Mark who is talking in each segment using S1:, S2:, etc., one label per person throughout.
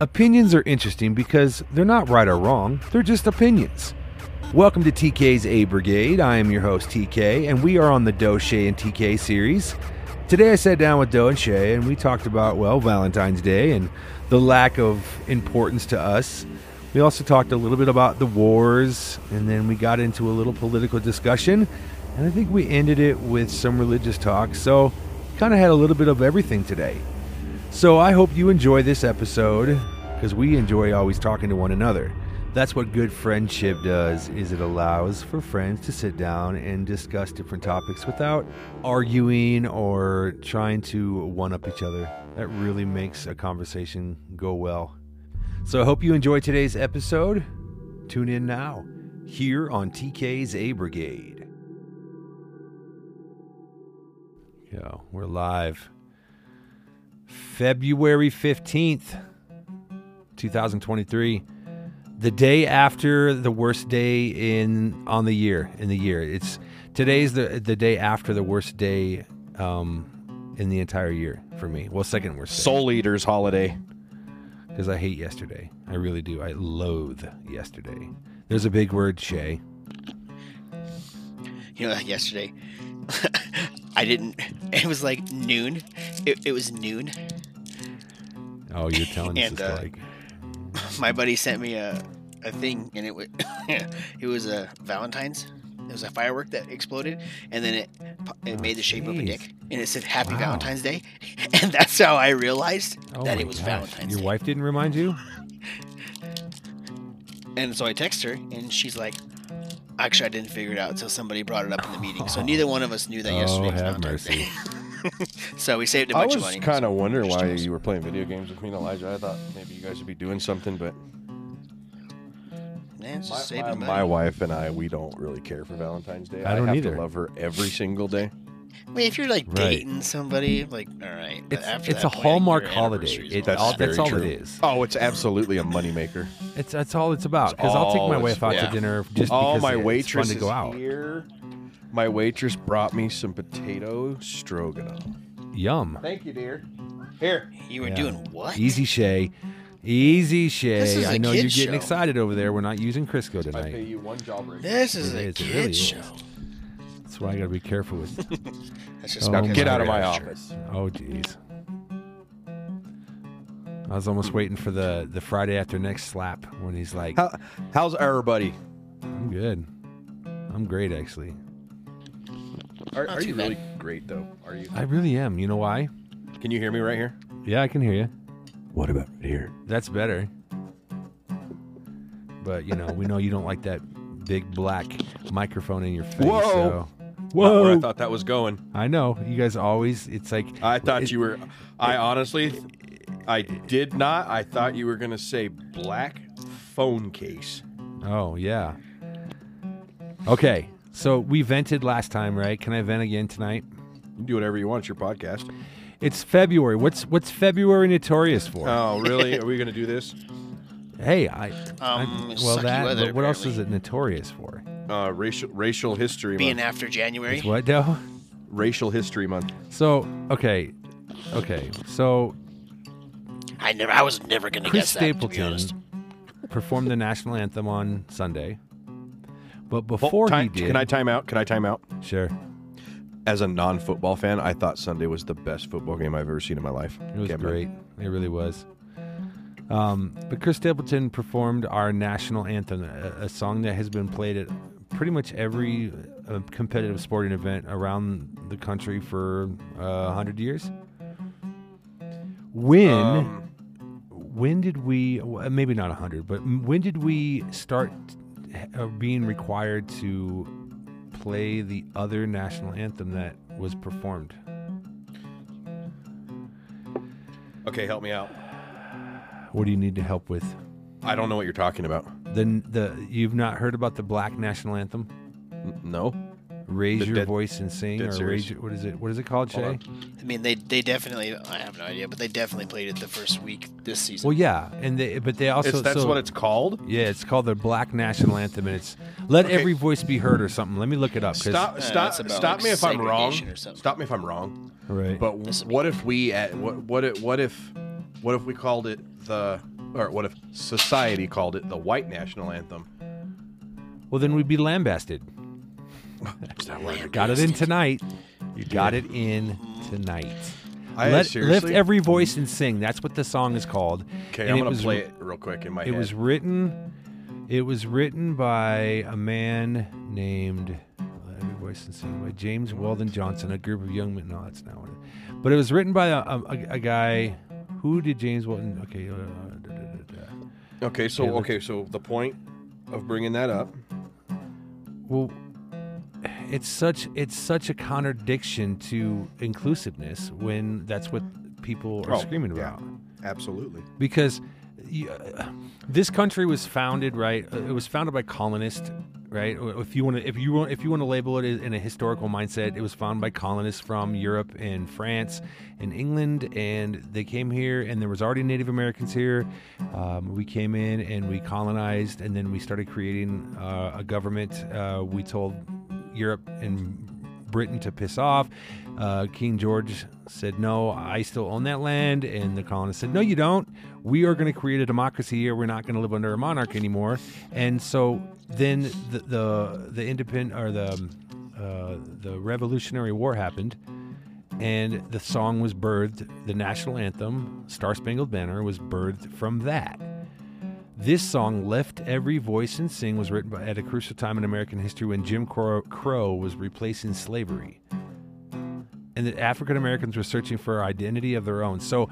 S1: Opinions are interesting because they're not right or wrong, they're just opinions. Welcome to TK's A Brigade. I am your host, TK, and we are on the Doe, Shay, and TK series. Today I sat down with Doe and Shay, and we talked about, well, Valentine's Day and the lack of importance to us. We also talked a little bit about the wars, and then we got into a little political discussion, and I think we ended it with some religious talk. So, kind of had a little bit of everything today. So I hope you enjoy this episode because we enjoy always talking to one another. That's what good friendship does is it allows for friends to sit down and discuss different topics without arguing or trying to one up each other. That really makes a conversation go well. So I hope you enjoy today's episode. Tune in now here on TK's A Brigade. Yeah, we're live. February 15th, 2023. The day after the worst day in on the year in the year. It's today's the the day after the worst day um in the entire year for me. Well, second worst day
S2: Soul Eaters holiday.
S1: because I hate yesterday. I really do. I loathe yesterday. There's a big word, Shay.
S3: you know, yesterday. I didn't. It was like noon. It, it was noon.
S1: Oh, you're telling us it's
S3: And, uh,
S1: like
S3: My buddy sent me a, a thing, and it was it was a Valentine's. It was a firework that exploded, and then it pu- it made the shape of a
S1: jeez.
S3: dick, and it said "Happy
S1: Wow.
S3: Valentine's Day," and that's how I realized
S1: oh
S3: that
S1: my
S3: it was
S1: gosh.
S3: Valentine's
S1: Your
S3: Day.
S1: wife didn't remind you?
S3: And so I text her, and she's like, "Actually, I didn't figure it out until somebody brought it up in the meeting." So neither one of us knew that yesterday
S1: oh,
S3: was
S1: have
S3: Valentine's Day.
S1: mercy.
S3: So we saved a
S2: I
S3: bunch
S2: was
S3: of money.
S2: kind of wondering why
S3: Christians.
S2: you were playing video games with me and Elijah. I thought maybe you guys would be doing something, but
S3: Man, it's
S2: my,
S3: just saving
S2: my-
S3: money.
S2: my wife and I, we don't really care for Valentine's Day.
S1: I don't
S2: have
S1: either.
S2: To love her every single day.
S3: I mean, if you're like
S1: Right.
S3: dating somebody, like, all right. but
S1: It's,
S3: after
S1: it's a
S3: that point, like,
S1: hallmark
S3: your
S1: holiday.
S3: anniversaries
S1: It,
S3: are
S1: that's all,
S2: very
S1: that's all
S2: true.
S1: it is.
S2: Oh, it's absolutely a moneymaker.
S1: It's that's all it's about.
S2: It's
S1: Because I'll take
S2: all
S1: my
S2: it's-
S1: wife out
S3: yeah.
S1: to dinner just
S2: oh,
S1: because
S2: my
S1: it's
S2: waitress
S1: fun to go
S2: is
S1: out.
S2: here. My waitress brought me some potato stroganoff.
S1: Yum.
S2: Thank you, dear. Here.
S3: You were
S1: Yeah.
S3: doing what?
S1: Easy Shay. Easy
S3: This
S1: Shay.
S3: is
S1: I
S3: a
S1: know you're
S3: kid's
S1: getting
S3: show.
S1: excited over there. We're not using Crisco
S2: I pay
S1: tonight.
S2: you one jawbreaker.
S3: This is
S1: It
S3: a
S1: is, it
S3: kid
S1: really is.
S3: show.
S1: That's why I gotta be careful with.
S3: That's just
S1: Oh
S2: Now
S3: because
S2: get
S1: my
S2: out of my
S3: we're
S2: office.
S1: oh jeez. I was almost waiting for the the Friday after next slap when he's like,
S2: How, how's everybody?
S1: "I'm good. I'm great actually.
S2: Are,
S3: Not
S2: are
S3: too
S2: you
S3: bad.
S2: really great though? Are you?
S1: I really am. You know why?
S2: Can you hear me right here?
S1: Yeah, I can hear you.
S2: What about right here?
S1: That's better. But you know, we know you don't like that big black microphone in your face.
S2: Whoa.
S1: So.
S2: Not where
S1: Whoa!
S2: I thought that was going.
S1: I know you guys always. It's like
S2: I thought
S1: it-
S2: you were. I honestly, I did not. I thought you were gonna say black phone case.
S1: Oh yeah. Okay, so we vented last time, right? Can I vent again tonight?
S2: You can do whatever you want. It's your podcast.
S1: It's February. What's what's February notorious for?
S2: Oh, really? Are we gonna do this?
S1: hey, I, I-
S3: Um,
S1: well
S3: sucky
S1: that.
S3: weather,
S1: but what else is
S3: apparently.
S1: it notorious for?
S2: Uh, racial racial history
S3: Being
S2: month.
S3: after January.
S1: It's what though?
S2: Racial history month.
S1: So okay, okay. So
S3: I never. I was never gonna
S1: Chris
S3: guess that. To be
S1: Stapleton
S3: honest.
S1: performed the national anthem on Sunday, but
S2: Well,
S1: before
S2: time-
S1: he did,
S2: Can I time out? Can I time out?
S1: sure,
S2: As a non-football fan, I thought Sunday was the best football game I've ever seen in my life.
S1: it was
S2: Can't be-
S1: great. It really was. Um, but Chris Stapleton performed our national anthem, a, a song that has been played at pretty much every uh, competitive sporting event around the country for uh, hundred years. When.
S2: Um,
S1: when did we w- uh, maybe not 100 but m- when did we start uh, being required to play the other national anthem that was performed
S2: okay, help me out.
S1: what do you need to help with
S2: I don't know what you're talking about.
S1: the the you've not heard about the black national anthem
S2: N- no.
S1: raise
S2: The
S1: your
S2: dead-
S1: voice and sing
S2: dead
S1: or
S2: serious.
S1: raise your, what is it what is it called
S2: Hold
S1: Shay?
S2: on.
S3: I mean, they they definitely. I have no idea, but they definitely played it the first week this season.
S1: well yeah and they but they also
S2: It's, that's
S1: so-
S2: what it's called.
S1: yeah it's called the black national anthem and it's let
S2: Okay.
S1: every voice be heard or something let me look it up 'cause-
S2: Stop!
S3: Yeah,
S2: Stop!
S3: that's about,
S2: Stop
S3: like,
S2: me if I'm wrong.
S3: segregation or something.
S2: Stop me if I'm wrong.
S1: right
S2: uh, But w- what if we at what what if what if what if we called it the or what if society called it the white national anthem?
S1: Well, then we'd be lambasted.
S2: Is that right?
S1: Got it in tonight. You got it in tonight.
S2: I,
S1: Let- lift
S2: seriously?
S1: every voice and sing. That's what the song is called.
S2: okay,
S1: and
S2: I'm
S1: it
S2: gonna
S1: was-
S2: play it real quick in my
S1: It
S2: head.
S1: was written. It was written by a man named Let Every Voice and Sing by James Weldon Johnson, a group of young men. No, that's not what. It, but it was written by a, a, a guy. Who did James Weldon? Okay. Uh, da, da, da, da.
S2: okay,
S1: Yeah,
S2: so
S1: let's-
S2: okay, so the point of bringing that up.
S1: Well, it's such it's such a contradiction to inclusiveness when that's what people are
S2: Oh,
S1: screaming
S2: yeah.
S1: about.
S2: Absolutely.
S1: because you, uh, this country was founded right uh, it was founded by colonists right Or if you want to if you want if you want to label it in a historical mindset it was founded by colonists from europe and france and england and they came here and there was already native americans here um, we came in and we colonized and then we started creating uh, a government uh, we told europe and Britain to piss off. Uh, King George said, No, I still own that land. And the colonists said, No, you don't. We are going to create a democracy here. We're not going to live under a monarch anymore. And so then the the, the independent or the um, uh, the Revolutionary War happened, and the song was birthed. The national anthem, Star Spangled Banner, was birthed from that. This song, Lift Every Voice and Sing, was written by, at a crucial time in American history when Jim Crow, Crow was replacing slavery. And that African Americans were searching for identity of their own. So,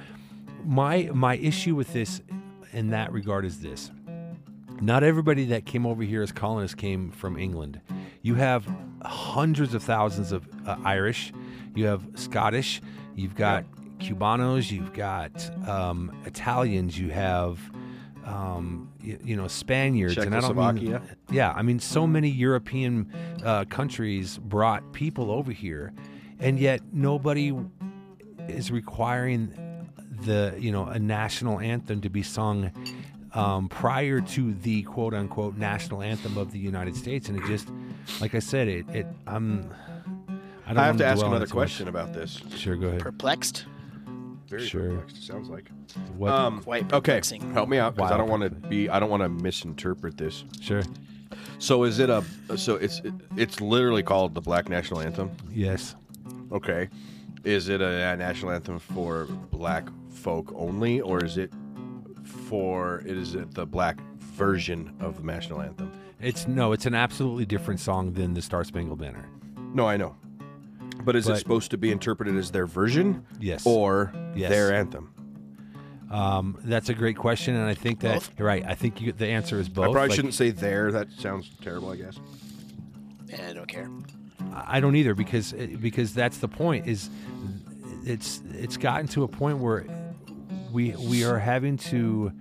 S1: my, my issue with this in that regard is this not everybody that came over here as colonists came from England. You have hundreds of thousands of uh, Irish, you have Scottish, you've got Cubanos, you've got um, Italians, you have um, you, you know Spaniards, and I don't mean,
S2: Czechoslovakia.
S1: yeah, I mean so many European uh, countries brought people over here, and yet nobody is requiring the you know a national anthem to be sung um, prior to the quote unquote national anthem of the United States, and it just like I said, it it I'm I don't
S2: I have
S1: wanna
S2: to ask
S1: dwell on
S2: another
S1: it too much.
S2: question about this.
S1: Sure, go ahead.
S3: Perplexed?
S2: Very
S1: Sure.
S2: perplexed, it sounds like.
S1: What,
S2: um,
S3: Quite
S2: okay,
S3: perplexing.
S2: help me out because I
S1: Wow.
S2: don't want to be. I don't want to misinterpret this.
S1: sure,
S2: So is it a? So it's it's literally called the Black National Anthem.
S1: yes,
S2: Okay. Is it a, a national anthem for black folk only, or is it for is it the black version of the national anthem?
S1: it's no, it's an absolutely different song than the Star Spangled Banner.
S2: No, I know. But is it
S1: But-
S2: supposed to be interpreted as their version?
S1: Yes.
S2: Or
S1: Yes.
S2: their anthem?
S1: Um, that's a great question, and I think that you're right. I think you, the answer is both.
S2: I probably
S1: Like,
S2: shouldn't say their. That sounds terrible, I guess.
S3: Yeah, I don't care.
S1: I don't either because eh, because that's the point is it's it's gotten to a point where we we are having to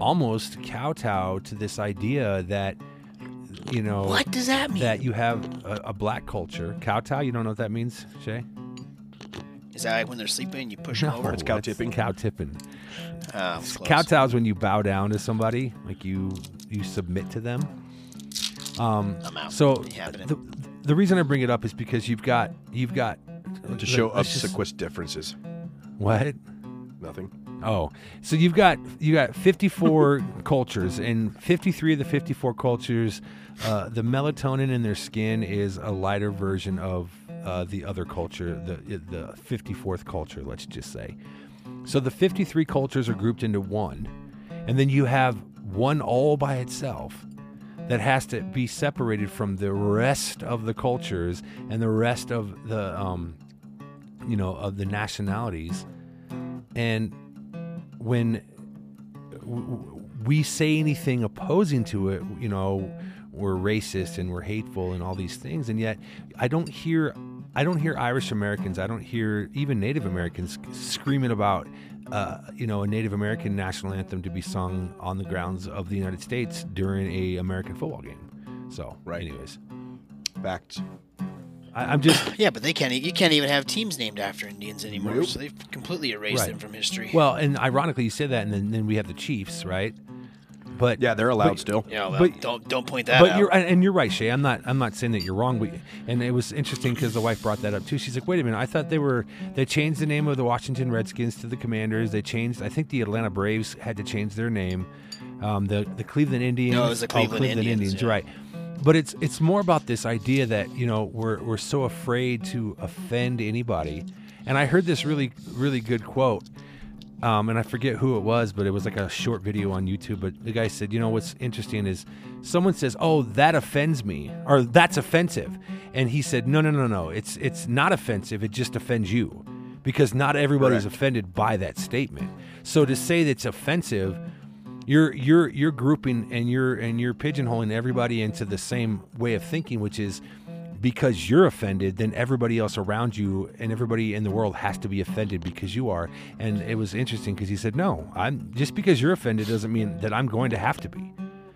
S1: almost kowtow to this idea that you know
S3: What does that mean?
S1: that you have a, a black culture kowtow you don't know what that means Shay
S3: Is that like when they're sleeping, you push them over?
S1: it's
S2: cow tipping.
S1: cow tipping
S3: Ah, it's close.
S1: kowtow is when you bow down to somebody like you you submit to them
S3: I'm out.
S1: so
S3: Ain't happening.
S1: the, the reason I bring it up is because you've got you've got
S2: To show
S1: let's just-
S2: obsequious differences.
S1: what
S2: Nothing.
S1: Oh, so you've got you got 54 cultures, and 53 of the 54 cultures, uh, the melatonin in their skin is a lighter version of uh, the other culture, the the 54th culture, let's just say. So the 53 cultures are grouped into one, and then you have one all by itself that has to be separated from the rest of the cultures and the rest of the um, you know of the nationalities and when w- w- we say anything opposing to it, you know, we're racist and we're hateful and all these things. And yet, I don't hear, I don't hear Irish Americans, I don't hear even Native Americans screaming about, uh, you know, a Native American national anthem to be sung on the grounds of the United States during a American football game. So,
S2: Right.
S1: anyways,
S2: Facts.
S1: I, I'm just
S3: yeah, but they can't. e- You can't even have teams named after Indians anymore.
S2: Nope.
S3: So they've completely erased
S1: Right.
S3: them from history.
S1: well, and ironically, you say that, and then, then we have the Chiefs, right? But
S2: Yeah, they're allowed
S1: But-
S2: still.
S3: Yeah, well,
S1: But-
S3: um, don't don't point that
S1: but
S3: out.
S1: you're and and you're right, Shay. I'm not I'm not saying that you're wrong. But and it was interesting because the wife brought that up too. She's like, wait a minute, I thought they were they changed the name of the Washington Redskins to the Commanders. They changed. I think the Atlanta Braves had to change their name. Um, the the Cleveland Indians.
S3: No, it was the
S1: oh,
S3: Cleveland Indians, yeah.
S1: Right. But it's it's more about this idea that you know we're we're so afraid to offend anybody. And I heard this really really good quote um, and I forget who it was, but it was like a short video on YouTube. But the guy said, you know, what's interesting is someone says, "Oh, that offends me," or "That's offensive," and he said, "No, no, no, no. It's it's not offensive. It just offends you, because not everybody's offended by that statement. So to say that's offensive." You're you're you're grouping and you're and you're pigeonholing everybody into the same way of thinking, which is because you're offended, then everybody else around you and everybody in the world has to be offended because you are. And it was interesting because he said, "No, I'm just because you're offended doesn't mean that I'm going to have to be."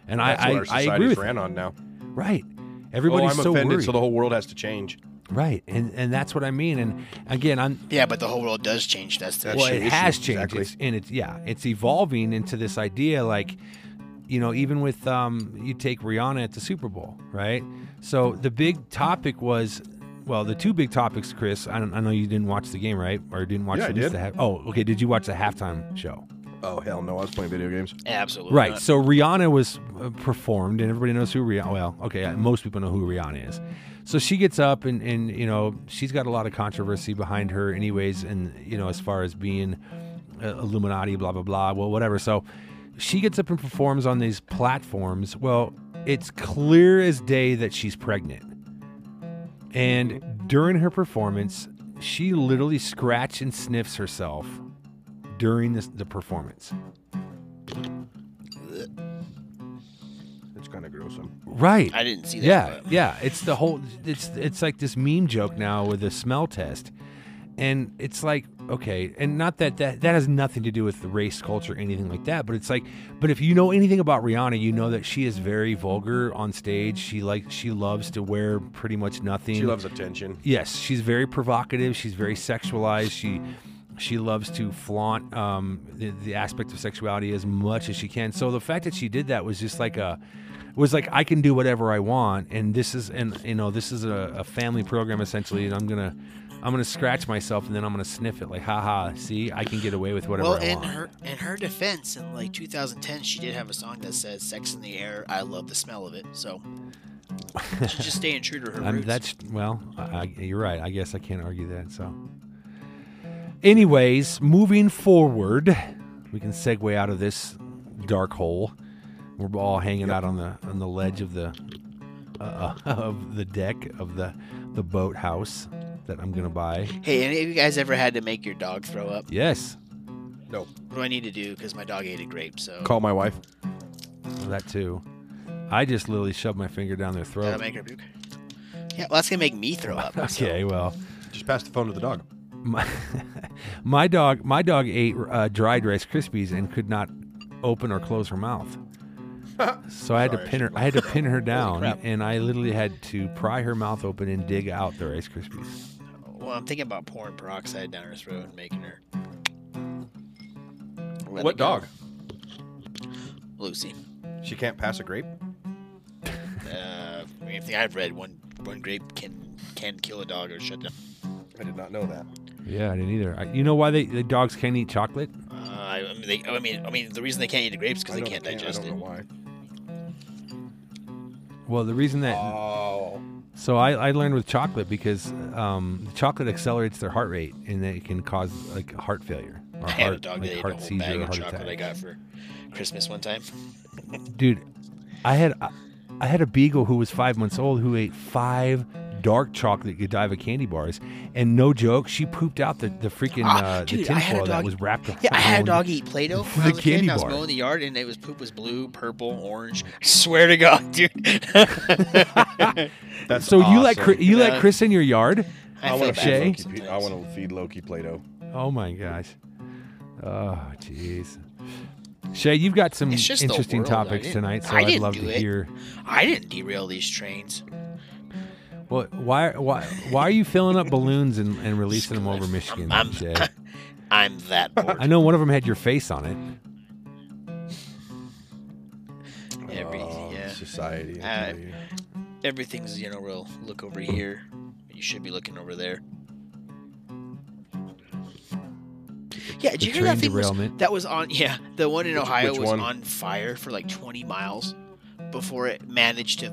S1: And
S2: That's
S1: I,
S2: what our
S1: I, I
S2: society's
S1: agree with
S2: ran on now.
S1: him. right.
S2: Oh,
S1: Everybody's
S2: I'm
S1: so
S2: offended,
S1: worried,
S2: so the whole world has to change.
S1: right? And and that's what I mean. And again, I'm
S3: yeah, but the whole world does change. That's the
S2: That's
S3: issue.
S1: well, it
S2: issue.
S1: has changed,
S2: Exactly.
S1: it's, and it's yeah, it's evolving into this idea like, you know, even with um, you take Rihanna at the Super Bowl, right? So the big topic was, well, the two big topics, Chris. I, don't, I know you didn't watch the game, right? Or didn't watch
S2: Yeah, I
S1: at least
S2: did.
S1: the half. Oh, okay. Did you watch the halftime show?
S2: Oh hell no! I was playing video games.
S3: Absolutely
S1: Right.
S3: not.
S1: So Rihanna was uh, performed, and everybody knows who Rihanna. Well, okay, uh, most people know who Rihanna is. So she gets up, and and you know she's got a lot of controversy behind her, anyways, and you know as far as being uh, Illuminati, blah blah blah, well whatever. So she gets up and performs on these platforms. Well, it's clear as day that she's pregnant, and during her performance, she literally scratch and sniffs herself during this, the performance.
S2: It's kind of gruesome.
S1: Right.
S3: I didn't see that.
S1: Yeah,
S3: but-
S1: yeah. It's the whole. It's it's like this meme joke now with the smell test, and it's like okay, and not that that that has nothing to do with the race, culture, anything like that. But it's like, but if you know anything about Rihanna, you know that she is very vulgar on stage. She like she loves to wear pretty much nothing.
S2: She loves attention.
S1: Yes, she's very provocative. She's very sexualized. She she loves to flaunt um, the, the aspect of sexuality as much as she can. So the fact that she did that was just like a was like I can do whatever I want, and this is and you know this is a, a family program essentially, and I'm gonna I'm gonna scratch myself and then I'm gonna sniff it like haha, see I can get away with whatever
S3: Well,
S1: I
S3: in
S1: want.
S3: her in her defense, in like 2010, she did have a song that says "Sex in the Air." I love the smell of it. So she's just staying true to her
S1: I'm,
S3: roots.
S1: that's well, I, I, you're right. I guess I can't argue that. So, anyways, moving forward, we can segue out of this dark hole. We're all hanging out on the on the ledge of the uh, of the deck of the the boathouse that I'm gonna buy.
S3: Hey, any of you guys ever had to make your dog throw up?
S1: Yes,
S2: No,
S3: What do I need to do? Because my dog ate a grape. So
S2: call my wife.
S1: that too. I just literally shoved my finger down their
S3: Did I
S1: throat.
S3: make her puke? Yeah, well, that's gonna make me throw up.
S1: Okay, well.
S2: Just pass the phone to the dog.
S1: my, my dog my dog ate uh, dried rice krispies and could not open or close her mouth so i had
S2: Sorry,
S1: to
S2: I
S1: pin her i had to pin her down
S2: crap.
S1: and i literally had to pry her mouth open and dig out the rice krispies
S3: Well, I'm thinking about pouring peroxide down her throat and making her. Let
S2: What
S3: it go.
S2: dog?
S3: Lucy.
S2: She can't pass a grape.
S3: Uh, I mean, everything I've read, one one grape can can kill a dog or Uh, shut down.
S2: I did not know that.
S1: yeah i didn't either I, you know why they the dogs can't eat chocolate
S3: Uh, I I mean, they, I mean, I mean, the reason they can't eat the grapes because
S2: I
S3: they
S2: don't-
S3: can't
S2: I
S3: digest
S2: don't
S3: it.
S2: know why.
S1: well the reason that
S2: Oh,
S1: So I, I learned with chocolate because um, chocolate accelerates their heart rate and it can cause like heart failure or
S3: I
S1: heart,
S3: had a dog
S1: like,
S3: that ate a
S1: heart
S3: whole
S1: seizure
S3: bag
S1: or
S3: of
S1: heart
S3: chocolate
S1: attack.
S3: I got for Christmas one time.
S1: dude i had i had a beagle who was five months old who ate five dark chocolate godiva candy bars and no joke she pooped out the, the freaking
S3: Ah,
S1: uh, the
S3: dude, I had a
S1: tinfoil that
S3: dog-
S1: was wrapped
S3: Yeah, I had a
S1: around-
S3: dog eat Play-Doh when I
S1: The
S3: was a kid.
S1: candy
S3: And I was
S1: bar.
S3: mowing the yard, and it was poop was blue, purple, orange. I swear to God, dude.
S2: that's
S1: so you let
S2: awesome.
S1: Chri- you let
S3: Uh,
S1: Chris in your yard?
S3: I,
S2: I
S3: feel
S2: want
S3: bad
S2: to
S3: for
S1: Shay?
S2: feed
S3: him
S2: Loki. Pe-
S3: sometimes.
S2: I want to feed Loki Play-Doh.
S1: Oh my gosh. Oh jeez. Shay, you've got some
S3: It's just the
S1: interesting
S3: world. I
S1: topics
S3: didn't-
S1: tonight, so
S3: I
S1: would
S3: didn't
S1: love
S3: do
S1: to
S3: it.
S1: hear.
S3: I didn't derail these trains.
S1: Well, why why why are you filling up balloons and, and releasing them over Michigan,
S3: I'm-
S1: Shay?
S3: I'm that bored.
S1: I know one of them had your face on it. Um,
S2: Oh, society.
S3: Uh, Everything's you know real. Look over here. You should be looking over there. Yeah, did
S1: The
S3: you hear that
S1: train
S3: thing was,
S1: derailment.
S3: that was on? Yeah, the one in
S2: Which-
S3: Ohio
S2: which
S3: was
S2: one?
S3: on fire for like 20 miles before it managed to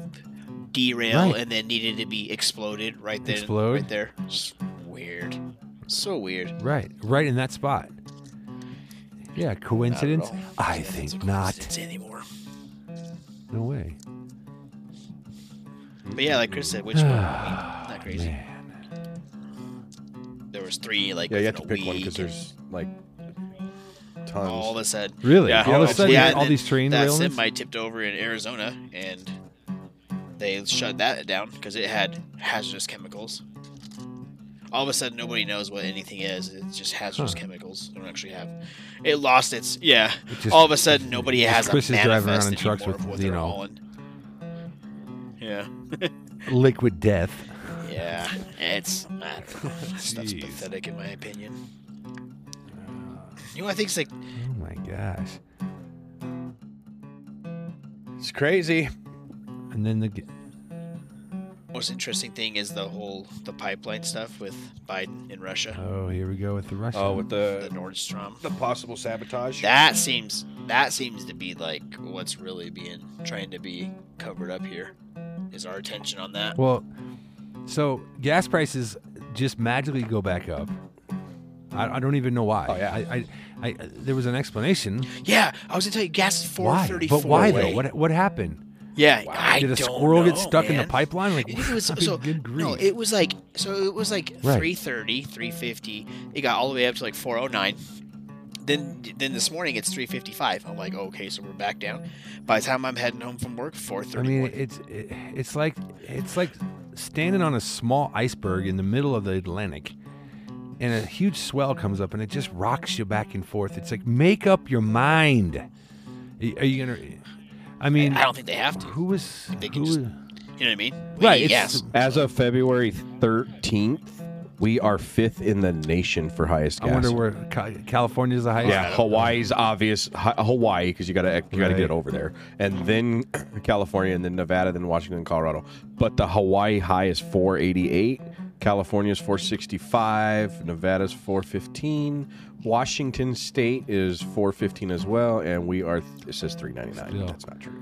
S3: derail
S1: Right.
S3: and then needed to be exploded right there.
S1: Explode.
S3: Right there. It's weird. So weird.
S1: Right, right in that spot. Yeah,
S3: Not at
S1: coincidence?
S3: all.
S1: I
S3: Yeah, it's a
S1: think not.
S3: coincidence anymore.
S1: No way.
S3: But yeah, like Chris said, which one? I mean, not crazy.
S1: Man.
S3: There was three. Like
S2: yeah, you have
S3: within
S2: to
S3: a
S2: pick one
S3: week,
S2: because there's like tons.
S3: all of a sudden.
S1: Really?
S3: Yeah,
S1: all of a
S2: yeah,
S1: sudden,
S2: yeah,
S1: all
S3: and
S1: these train
S3: That
S1: derailments?
S3: semi tipped over in Arizona, and they shut that down because it had hazardous chemicals. All of a sudden, nobody knows what anything is. It's just hazardous
S1: Huh.
S3: chemicals. They don't actually have. It lost its. Yeah.
S1: It just-
S3: all of a sudden, nobody
S1: just
S3: has
S1: Chris
S3: a
S1: is driving
S3: manifest
S1: around in trucks
S3: anymore of
S1: with,
S3: what
S1: you
S3: they're
S1: know-
S3: hauling. Yeah.
S1: Liquid death.
S3: Yeah. It's. I don't know. Stuff's
S2: Jeez.
S3: pathetic, in my opinion. You know, I think it's like
S1: Oh my gosh.
S2: it's crazy.
S1: And then the. g-
S3: most interesting thing is the whole the pipeline stuff with Biden in Russia,
S1: Oh, here we go with the Russian.
S2: Oh, with
S3: the
S2: the
S3: Nord Strom.
S2: the possible sabotage.
S3: That seems that seems to be like what's really being trying to be covered up here. Is our attention on that?
S1: Well, so gas prices just magically go back up. I, I don't even know why.
S2: Oh, yeah.
S1: I, I, I, there was an explanation.
S3: Yeah, I was gonna tell you, gas is four
S1: Why?
S3: thirty four.
S1: But why though?
S2: Wait.
S1: What what happened?
S3: Yeah, I
S1: Did a
S3: don't
S1: squirrel get
S3: know,
S1: stuck in the
S3: man.
S1: pipeline? Like
S3: I think it was
S1: I mean,
S3: so
S1: good grief.
S3: no, it was like so it was like
S1: Right.
S3: 330, 350. It got all the way up to like 409. Then then this morning it's 355. I'm like, okay, so we're back down. By the time I'm heading home from work,
S1: I
S3: 431.
S1: mean, it's it, it's like it's like standing on a small iceberg in the middle of the Atlantic, and a huge swell comes up and it just rocks you back and forth. It's like make up your mind. Are are you gonna? I mean,
S3: I don't think they have to.
S1: who was
S3: They can
S1: who?
S3: just-
S1: was-
S3: You know what I mean?
S1: Right,
S3: We-
S1: it's-
S3: Yes.
S2: As of February 13th, we are fifth in the nation for highest
S1: I
S2: gas.
S1: wonder where Ca- California's the highest.
S2: Yeah, Hawaii's obvious. Hi- Hawaii, because you gotta you gotta
S1: Right.
S2: get over there, and then California, and then Nevada, then Washington, and Colorado. But the Hawaii high is 488. California's 465. Nevada's 415. Washington State is 415 as well, and we are. It says 399.
S1: Still.
S2: That's not true.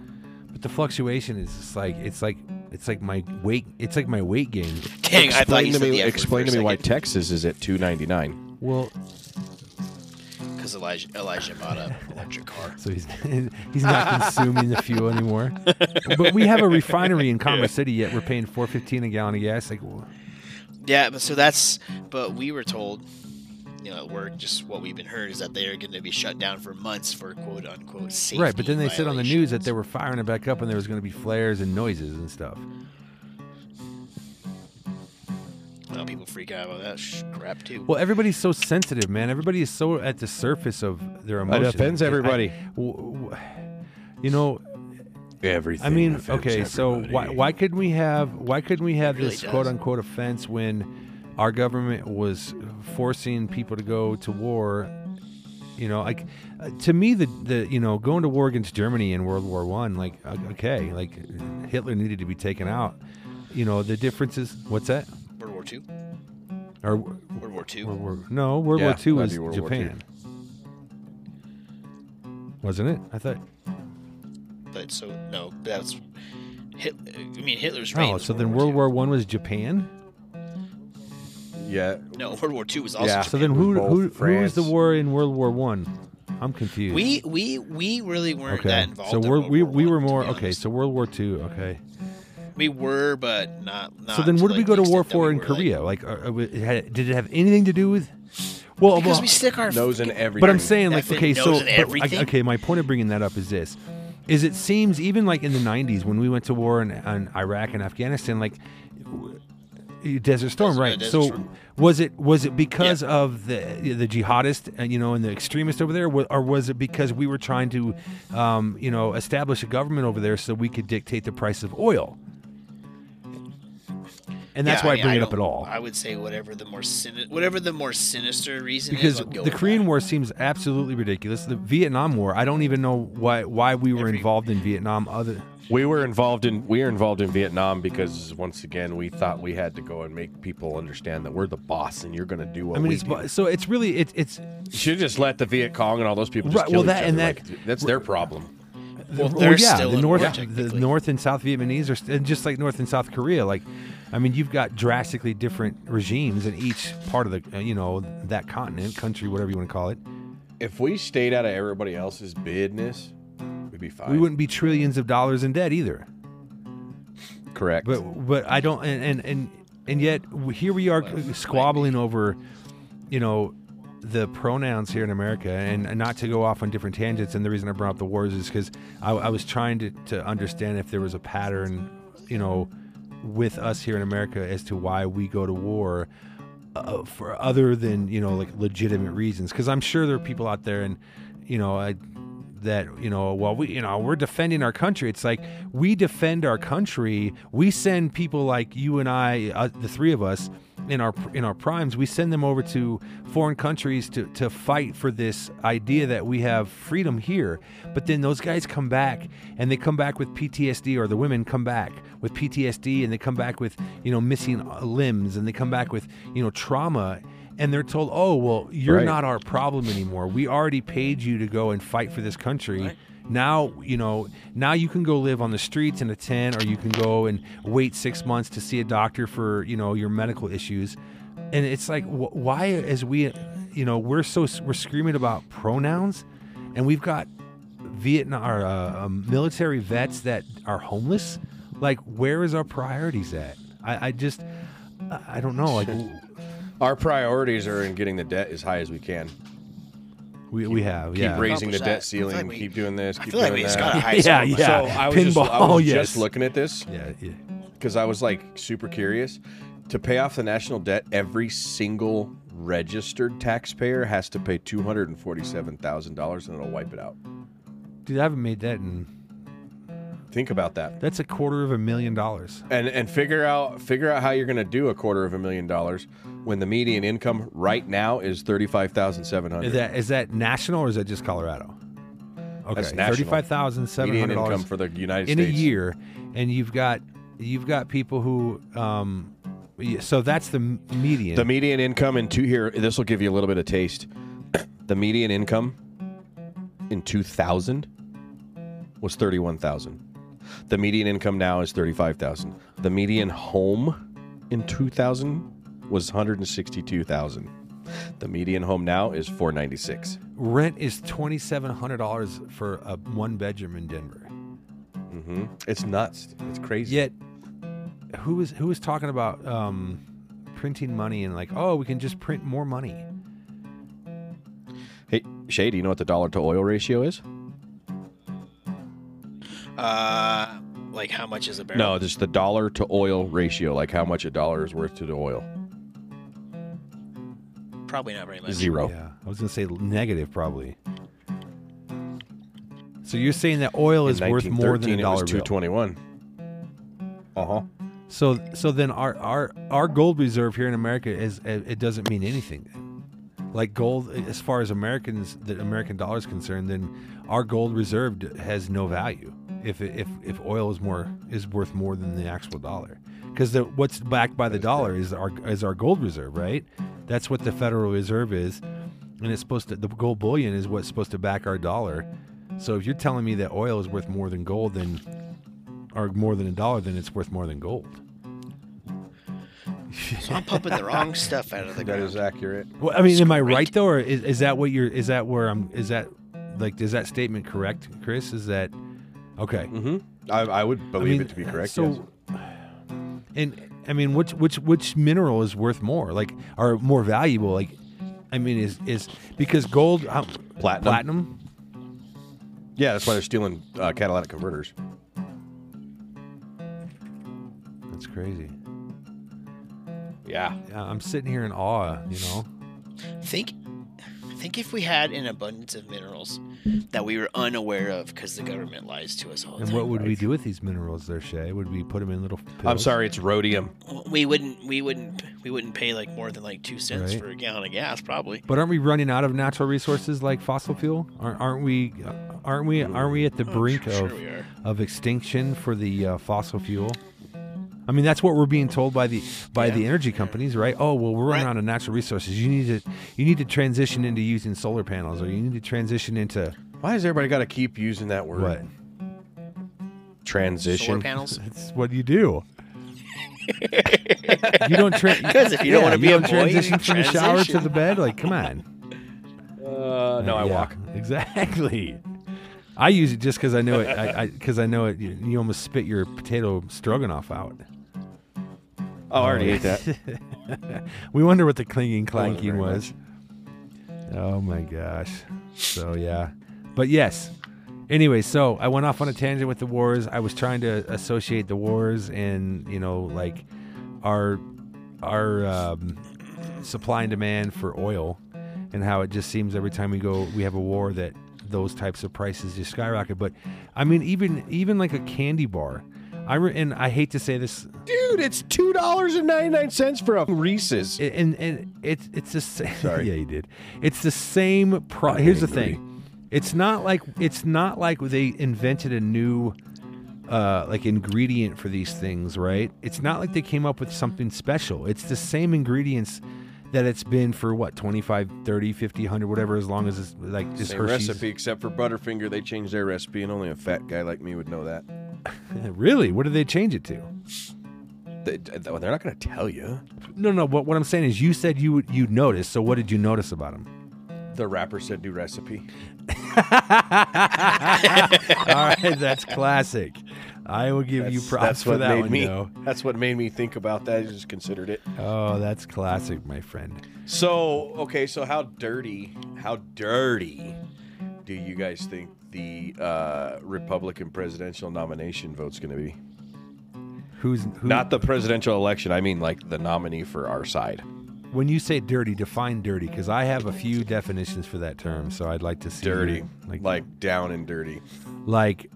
S1: But the fluctuation is just like it's like it's like my weight. It's like my weight gain.
S3: Dang, I
S2: explain
S3: thought you
S2: to
S3: said
S2: me.
S3: the
S2: explain to me why Texas is at 299.
S1: Well,
S3: Because Elijah Elijah bought an electric car.
S1: so he's he's not consuming the fuel anymore. But we have a refinery in Commerce City. Yet we're paying four fifteen a gallon of gas. Like, wha-
S3: Yeah, but so that's. But we were told, you know, at work, just what we've been heard is that they are going to be shut down for months for quote unquote safety.
S1: right? But then they said on the
S3: violations.
S1: news that they were firing it back up, and there was going to be flares and noises and stuff.
S3: Well, people freak out about that sh- crap too.
S1: Well, everybody's so sensitive, man. Everybody is so at the surface of their emotions.
S2: offends
S1: I-
S2: everybody.
S1: w- w- you know,
S2: Everything.
S1: I mean, okay, so why why couldn't we have why couldn't we have
S3: It really
S1: this
S3: does.
S1: quote unquote offense when our government was forcing people to go to war? You know, like uh, to me, the the you know going to war against Germany in World War One, like uh, okay, like Hitler needed to be taken out. You know, the differences. What's that?
S3: World War Two.
S1: Or World
S3: World War Two.
S1: War? Mm. No, World
S2: Yeah,
S1: War Two
S2: that'd
S1: was
S2: be World War
S1: Japan, wasn't it? I thought. oh,
S3: But so no, that's. Hit, I mean, Hitler's reign.
S1: Oh,
S3: was
S1: so then
S3: World
S1: World War One was Japan.
S2: Yeah.
S3: II. No, World War Two was also.
S2: Yeah.
S1: So
S3: Japan.
S1: then, who
S2: Both
S1: who, who was
S2: France.
S1: the war in World War One? I'm confused.
S3: we we we really weren't that involved.
S1: so
S3: in
S1: we're,
S3: World
S1: we
S3: War
S1: we
S3: One,
S1: were
S3: to be
S1: more okay.
S3: honest.
S1: So World War Two. Okay.
S3: we were, but not. not
S1: so then,
S3: to,
S1: what did we
S3: like,
S1: go to
S3: the
S1: war
S3: extent that
S1: for
S3: we
S1: in
S3: were, like-
S1: Korea? Like, uh, uh, it had- did it have anything to do with? Well,
S3: because
S1: well,
S3: we stick our
S2: Nose and everything.
S1: but I'm saying like
S3: effing
S1: okay,
S3: nose
S1: so
S3: and
S1: but I-
S3: everything.
S1: okay. My point of bringing that up is this: is it seems even like in the '90s when we went to war in, in Iraq and Afghanistan, like w- Desert Storm,
S3: Desert-
S1: right?
S3: Desert
S1: so
S3: Storm.
S1: was it was it because of the the jihadist, uh, you know, and the extremist over there, wa- or was it because we were trying to, um, you know, establish a government over there so we could dictate the price of oil? and that's
S3: Yeah,
S1: why I
S3: mean,
S1: bring it up
S3: don't-
S1: at all.
S3: I would say whatever the more sin- whatever the more sinister reason
S1: because
S3: is, I'd go
S1: the
S3: with
S1: Korean
S3: that.
S1: War seems absolutely ridiculous. The Vietnam War, I don't even know why why we were
S3: Every-
S1: involved in Vietnam. Other
S2: We were involved in we were involved in Vietnam because once again we thought we had to go and make people understand that we're the boss and you're going to do what
S1: I mean,
S2: we
S1: it's,
S2: do.
S1: bu- so it's really it's it's
S2: You should just let the Viet Cong and all those people just
S1: Right,
S2: kill
S1: well,
S2: each
S1: that- and
S2: other.
S1: that-
S2: Like, that's their problem.
S3: Well,
S1: Well,
S3: they're
S1: oh, yeah,
S3: still
S1: the
S3: in
S1: North,
S3: war,
S1: the
S3: technically.
S1: North and South Vietnamese are st- just like North and South Korea. Like, I mean, you've got drastically different regimes in each part of the, uh, you know, that continent, country, whatever you want to call it.
S2: If we stayed out of everybody else's business, we'd be fine.
S1: We wouldn't be trillions of dollars in debt either.
S2: correct.
S1: But but I don't, and and and, and yet w- here we are
S3: Well,
S1: squabbling over, you know. The pronouns here in America, and and not to go off on different tangents, and the reason I brought up the wars is because I, I was trying to, to understand if there was a pattern, you know, with us here in America as to why we go to war uh, for other than you know like legitimate reasons because i'm sure there are people out there and you know I, that you know well we you know we're defending our country it's like we defend our country we send people like you and i uh, the three of us in our in our primes we send them over to foreign countries to to fight for this idea that we have freedom here but then those guys come back and they come back with PTSD or the women come back with PTSD and they come back with you know missing uh, limbs and they come back with you know trauma and they're told, "Oh, well, you're
S2: Right.
S1: not our problem anymore. We already paid you to go and fight for this country. Now, you know, now you can go live on the streets in a tent, or you can go and wait six months to see a doctor for you know your medical issues." And it's like, wh- why, as we, you know, we're so we're screaming about pronouns, and we've got Vietnam or uh, um, military vets that are homeless. Like, where is our priorities at? I, I just, I- I don't know. Like,
S2: Our priorities are in getting the debt as high as we can.
S1: we, we have
S2: Keep
S1: yeah.
S2: raising the
S3: Accomplish
S2: debt
S3: that. I feel
S2: ceiling.
S3: like we-
S2: keep doing this.
S3: I
S2: Keep
S3: feel
S2: doing
S3: like we
S2: that.
S3: just got a high
S1: Yeah,
S3: score.
S1: yeah.
S2: So I was, just, I
S1: Pinball,
S2: was
S1: yes.
S2: just looking at this
S1: Yeah, yeah.
S2: because I was like super curious. To pay off the national debt, every single registered taxpayer has to pay two hundred and forty-seven thousand dollars, and it'll wipe it out.
S1: Dude, I haven't made that in.
S2: Think about that,
S1: That's a quarter of a million dollars.
S2: and and figure out figure out how you're going to do a quarter of a million dollars when the median income right now is thirty-five thousand seven
S1: Is
S2: hundred.
S1: that is that national or is that just Colorado? Okay,
S2: That's national.
S1: thirty-five thousand seven
S2: median
S1: hundred
S2: income
S1: dollars
S2: for the United
S1: in a
S2: States
S1: year, and you've got you've got people who. Um, yeah, so that's the m- median.
S2: The median income in two here. This will give you a little bit of taste. The median income in 2000 was 31,000. The median income now is 35,000. The median home in 2000 was 162,000. The median home now is 496.
S1: Rent is twenty-seven hundred dollars for a one-bedroom in Denver.
S2: hmm It's nuts. It's crazy.
S1: Yet, who was who was talking about um, printing money and like, oh, we can just print more money?
S2: Hey, Shay, do you know what the dollar to oil ratio is?
S3: Uh, like how much is a barrel?
S2: No, just the dollar to oil ratio, like how much a dollar is worth to the oil.
S3: probably not very much.
S2: Zero.
S1: Yeah, I was gonna say negative probably. So you're saying that oil is worth more than a dollar
S2: Two
S1: bill.
S2: twenty-one. Uh huh.
S1: So so then our our our gold reserve here in America is it it doesn't mean anything. Like gold, as far as Americans, the American dollar is concerned, then our gold reserve d- has no value if it- if if oil is more is worth more than the actual dollar, because the what's backed by the dollar is our is our gold reserve, right? That's what the Federal Reserve is, and it's supposed to the gold bullion is what's supposed to back our dollar. So if you're telling me that oil is worth more than gold, then or more than a dollar, then it's worth more than gold.
S3: So I'm pumping the wrong stuff out of the
S2: That
S3: ground.
S2: is accurate.
S1: Well, I mean, am I right though, or is, is that what you're? Is that where I'm? Is that like is that statement correct, Chris? Is that okay?
S2: Mm-hmm. I, I would believe
S1: I mean, uh,
S2: it to be correct. yes.
S1: So, and I mean, which which which mineral is worth more? Like, are more valuable? Like, I mean, is is because gold, how-
S2: Platinum.
S1: platinum?
S2: Yeah, that's why they're stealing uh, catalytic converters.
S1: That's crazy.
S2: Yeah.
S1: Yeah, I'm sitting here in awe. You know,
S3: Think, think if we had an abundance of minerals that we were unaware of because the government lies to us all the
S1: And
S3: time,
S1: what would we do with these minerals there, Shay? Would we put them in little pills?
S2: I'm sorry, it's rhodium.
S3: we wouldn't we wouldn't we wouldn't pay like more than like two cents
S1: Right.
S3: for a gallon of gas probably.
S1: But aren't we running out of natural resources like fossil fuel? Aren't, aren't we? uh, Aren't we? Aren't we at the
S3: Oh,
S1: brink
S3: sure,
S1: of
S3: sure we are.
S1: of extinction for the uh, fossil fuel? I mean, that's what we're being told by the by the
S3: Yeah.
S1: energy companies, right? Oh, well, we're running
S3: Right.
S1: out of natural resources. You need to you need to transition into using solar panels, or you need to transition into
S2: Why has everybody got to keep using that word?
S1: what?
S2: Transition.
S3: solar panels.
S1: That's what you do. you don't tra-
S3: Because if you don't
S1: Yeah,
S3: wanna be a
S1: don't
S3: boy, you
S1: transition from the shower to
S3: transition.
S1: the bed, like come on.
S2: Uh, no, I
S1: Yeah,
S2: walk.
S1: Exactly. I use it just because I know it. I because I, know it. You, you almost spit your potato stroganoff out.
S2: Oh, I already ate that.
S1: We wonder what the clinging
S2: wasn't
S1: clanking
S2: very
S1: was. Oh my gosh. So yeah, but yes. Anyway, so I went off on a tangent with the wars. I was trying to associate the wars and you know like our our um, supply and demand for oil and how it just seems every time we go we have a war that those types of prices just skyrocket but i mean even even like a candy bar i re- and i hate to say this
S2: Dude, it's two dollars and ninety nine cents for a Reese's.
S1: it- and and it's it's the same.
S2: Sorry.
S1: yeah, you did. It's the same. Pro- Here's the
S2: angry.
S1: thing. It's not like it's not like they invented a new uh, like ingredient for these things, right? It's not like they came up with something special. It's the same ingredients that it's been for what 25 30 50 100 whatever as long as it's like just
S2: Same
S1: Hershey's.
S2: recipe, except for Butterfinger, they changed their recipe, and only a fat guy like me would know that.
S1: really what did they change it to
S2: They, they're not going to tell you.
S1: no no but what i'm saying is you said you would you noticed so what did you notice about them
S2: The rapper said new recipe.
S1: All right, that's classic. I will give you
S2: That's-
S1: props
S2: that's
S1: for
S2: what
S1: that
S2: made
S1: one,
S2: me.
S1: though.
S2: That's what made me think about that. I just considered it.
S1: Oh, that's classic, my friend.
S2: So okay, so how dirty? How dirty do you guys think the uh, Republican presidential nomination vote's going to be?
S1: Who's who,
S2: Not the presidential election. I mean, like the nominee for our side.
S1: when you say dirty? Define dirty, because I have a few definitions for that term. So I'd like to see
S2: Dirty,
S1: your-
S2: like,
S1: like
S2: down and dirty.
S1: like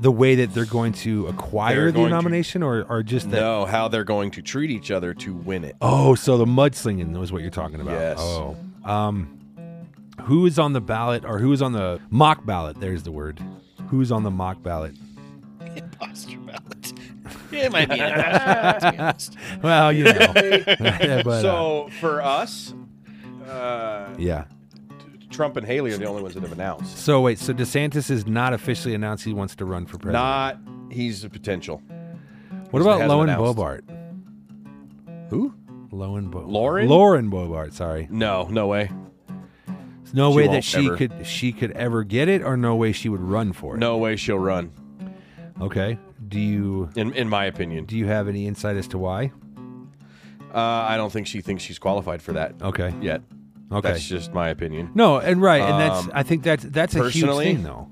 S1: the way that they're going to acquire
S2: They're
S1: the
S2: going to-
S1: nomination, or or just that.
S2: No, how they're going to treat each other to win it.
S1: Oh, so the mudslinging was what you're talking about.
S2: Yes.
S1: Oh, um, who is on the ballot or who is on the mock ballot? There's the word. Who's on the mock ballot?
S3: Imposter ballot. It might be an imposter ballot, to be honest.
S1: Well, you know. but, uh,
S2: so for us, uh,
S1: yeah.
S2: Trump and Haley are the only ones that have announced.
S1: So wait, so DeSantis is not officially announced he wants to run for president.
S2: Not he's a potential.
S1: what about
S2: hasn't
S1: Lowen
S2: announced.
S1: Bobart?
S2: Who?
S1: Lowen Bobart.
S2: Lauren?
S1: Lauren Bobart. Sorry.
S2: No, no way.
S1: There's no
S2: She
S1: way that
S2: won't
S1: she
S2: ever.
S1: could she could ever get it, or no way she would run for it.
S2: No way she'll run.
S1: Okay. Do you
S2: In in my opinion,
S1: do you have any insight as to why?
S2: uh, I don't think she thinks she's qualified for that
S1: Okay.
S2: yet.
S1: Okay.
S2: That's just my opinion.
S1: no, and right, and that's
S2: Um,
S1: I think that's that's a huge
S2: personally-
S1: thing though.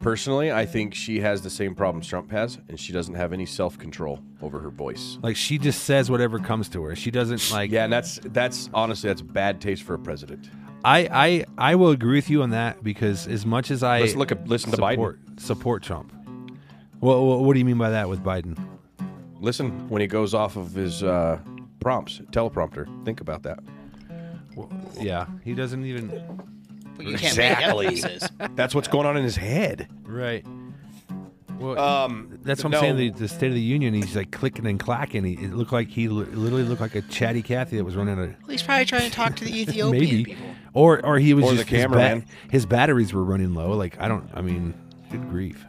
S2: Personally, I think she has the same problems Trump has, and she doesn't have any self control over her voice.
S1: Like she just says whatever comes to her. She doesn't like
S2: Yeah, and that's that's honestly that's bad taste for a president.
S1: I I I will agree with you on that because as much as I
S2: Let's look at listen to Biden.
S1: support support Trump. Well, well, what do you mean by that with Biden?
S2: Listen when he goes off of his uh, prompts, teleprompter. Think about that.
S1: yeah, he doesn't even
S3: But you can't make out what he says.
S2: That's what's going on in his head.
S1: right. Well,
S2: Um,
S1: that's what I'm
S2: no,
S1: saying. The, the State of the Union, he's like clicking and clacking. He, it looked like he li- literally looked like a chatty Cathy that was running a
S3: Well, he's probably trying to talk to the Ethiopian
S1: maybe,
S3: people.
S1: or or he was
S2: Or the
S1: just his
S2: cameraman.
S1: his batteries were running low. Like I don't. I mean, good grief.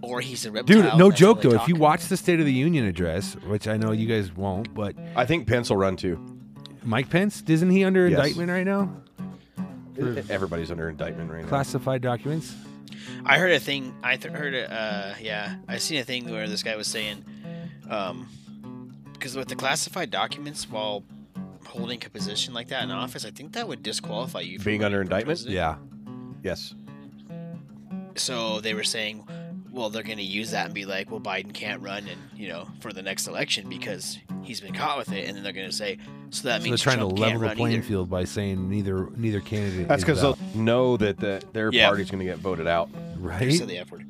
S3: Or he's a reptile.
S1: Dude, no
S3: that's how
S1: joke
S3: they
S1: though. If you
S3: talk.
S1: watch the State of the Union address, which I know you guys won't, but
S2: I think Pence will run too.
S1: Mike Pence isn't he under
S2: Yes.
S1: indictment right now?
S2: Everybody's under indictment right now.
S1: Classified documents.
S3: I heard a thing. I th- heard a uh, yeah. I seen a thing where this guy was saying, um, because with the classified documents, while holding a position like that in office, I think that would disqualify you from
S2: Being
S3: running
S2: under
S3: for
S2: indictment?
S3: president.
S1: Yeah.
S2: Yes.
S3: So they were saying, well, they're going to use that and be like, well, Biden can't run and you know for the next election because he's been caught with it, and then they're going to say, So that
S1: So
S3: means
S1: they're trying
S3: Trump
S1: to
S3: can't
S1: level the
S3: run
S1: playing
S3: either.
S1: field by saying neither neither candidate.
S2: That's
S1: is
S2: because they'll
S1: valid,
S2: know that the, their
S3: Yeah.
S2: party's going to get voted out.
S3: They
S1: right.
S3: said the F word.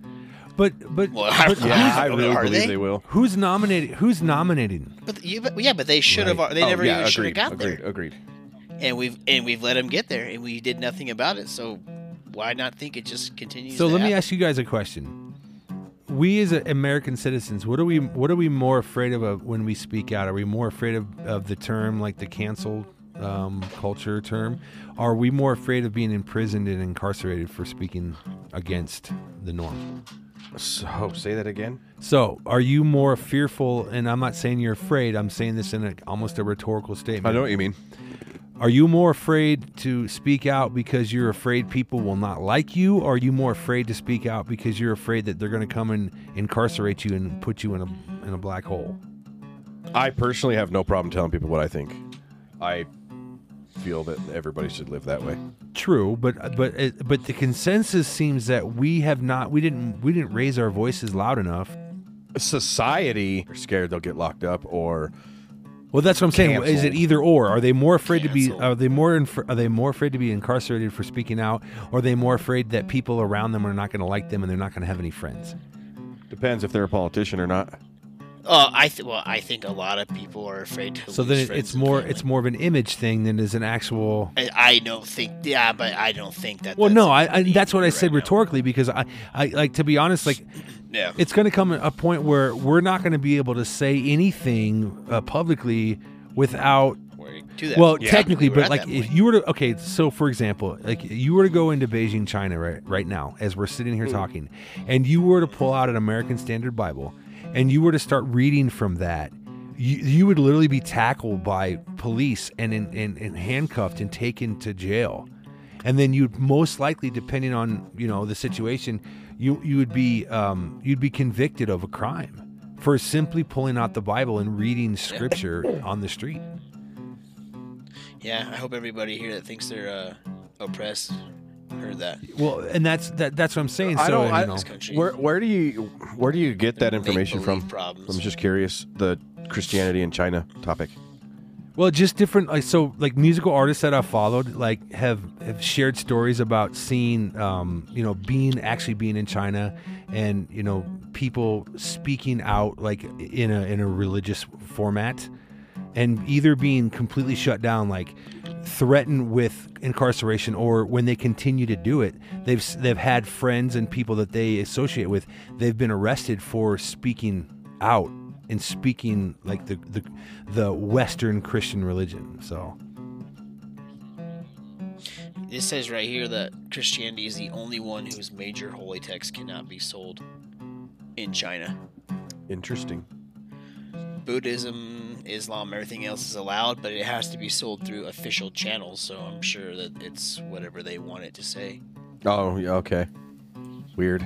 S1: But but,
S3: Well,
S1: but
S3: Yeah,
S2: Yeah, I
S3: I
S2: really
S3: are
S2: believe they,
S3: they?
S2: will.
S1: who's nominating? Who's nominating?
S3: But you, but, yeah, but they should have.
S1: Right.
S3: They
S2: Oh,
S3: never
S2: yeah,
S3: even should have
S2: agreed,
S3: got
S2: agreed,
S3: there.
S2: Agreed.
S3: And we've and we've let them get there, and we did nothing about it. So why not think it just continues?
S1: So
S3: to
S1: let me
S3: happen?
S1: ask you guys a question. We as a- American citizens, what are we what are we more afraid of uh, when we speak out? Are we more afraid of, of the term like the cancel um, culture term? Are we more afraid of being imprisoned and incarcerated for speaking against the norm?
S2: So say that again.
S1: So, are you more fearful? And I'm not saying you're afraid. I'm saying this in a, almost a rhetorical statement.
S2: I know what you mean.
S1: Are you more afraid to speak out because you're afraid people will not like you? Or are you more afraid to speak out because you're afraid that they're going to come and incarcerate you and put you in a in a black hole?
S2: I personally have no problem telling people what I think. I feel that everybody should live that way.
S1: True, but but it, but the consensus seems that we have not we didn't we didn't raise our voices loud enough.
S2: Society are scared they'll get locked up or
S1: Well, that's what I'm saying. Is it
S2: Canceled.
S1: either or? Are they more afraid to be
S3: Canceled.
S1: are they more inf- are they more afraid to be incarcerated for speaking out? Or are they more afraid that people around them are not going to like them and they're not going to have any friends?
S2: depends if they're a politician or not.
S3: Oh, I th- well, I think a lot of people are afraid to.
S1: So
S3: lose
S1: then it,
S3: friends
S1: it's
S3: and
S1: more
S3: family.
S1: it's more of an image thing than is an actual
S3: I, I don't think. Yeah, but I don't think that.
S1: Well,
S3: that's
S1: no,
S3: a
S1: I, I
S3: good
S1: that's what I
S3: answer
S1: said
S3: right now.
S1: rhetorically because I, I like to be honest, like
S3: Yeah.
S1: it's going to come a point where we're not going to be able to say anything uh, publicly without.
S3: Do that.
S1: Well,
S3: Yeah,
S1: technically,
S3: we were
S1: but
S3: at
S1: like
S3: that
S1: if
S3: point.
S1: you were to okay, so for example, like you were to go into Beijing, China, right, right now, as we're sitting
S3: Mm-hmm.
S1: here talking, and you were to pull out an American Standard Bible, and you were to start reading from that. You, you would literally be tackled by police and, in, and and handcuffed and taken to jail and then you'd most likely, depending on you know the situation, you you would be um, you'd be convicted of a crime for simply pulling out the Bible and reading scripture on the street.
S3: yeah, I hope everybody here that thinks they're uh, oppressed heard that.
S1: Well, and that's that, that's what I'm saying. So
S2: I don't. I,
S1: you know,
S3: country.
S2: where where do you where do you get that information
S3: Make-believe
S2: from?
S3: Problems.
S2: I'm just curious. The Christianity in China topic.
S1: well, just different. Like so, like musical artists that I followed, like have have shared stories about seeing, um, you know, being actually being in China, and you know, people speaking out like in a in a religious format. and either being completely shut down, like threatened with incarceration, or when they continue to do it, they've they've had friends and people that they associate with, they've been arrested for speaking out and speaking like the the, the Western Christian religion. So
S3: This says right here that Christianity is the only one whose major holy text cannot be sold in China.
S2: Interesting.
S3: Buddhism, Islam, everything else is allowed, but it has to be sold through official channels, so I'm sure that it's whatever they want it to say.
S2: Oh, yeah, okay. Weird.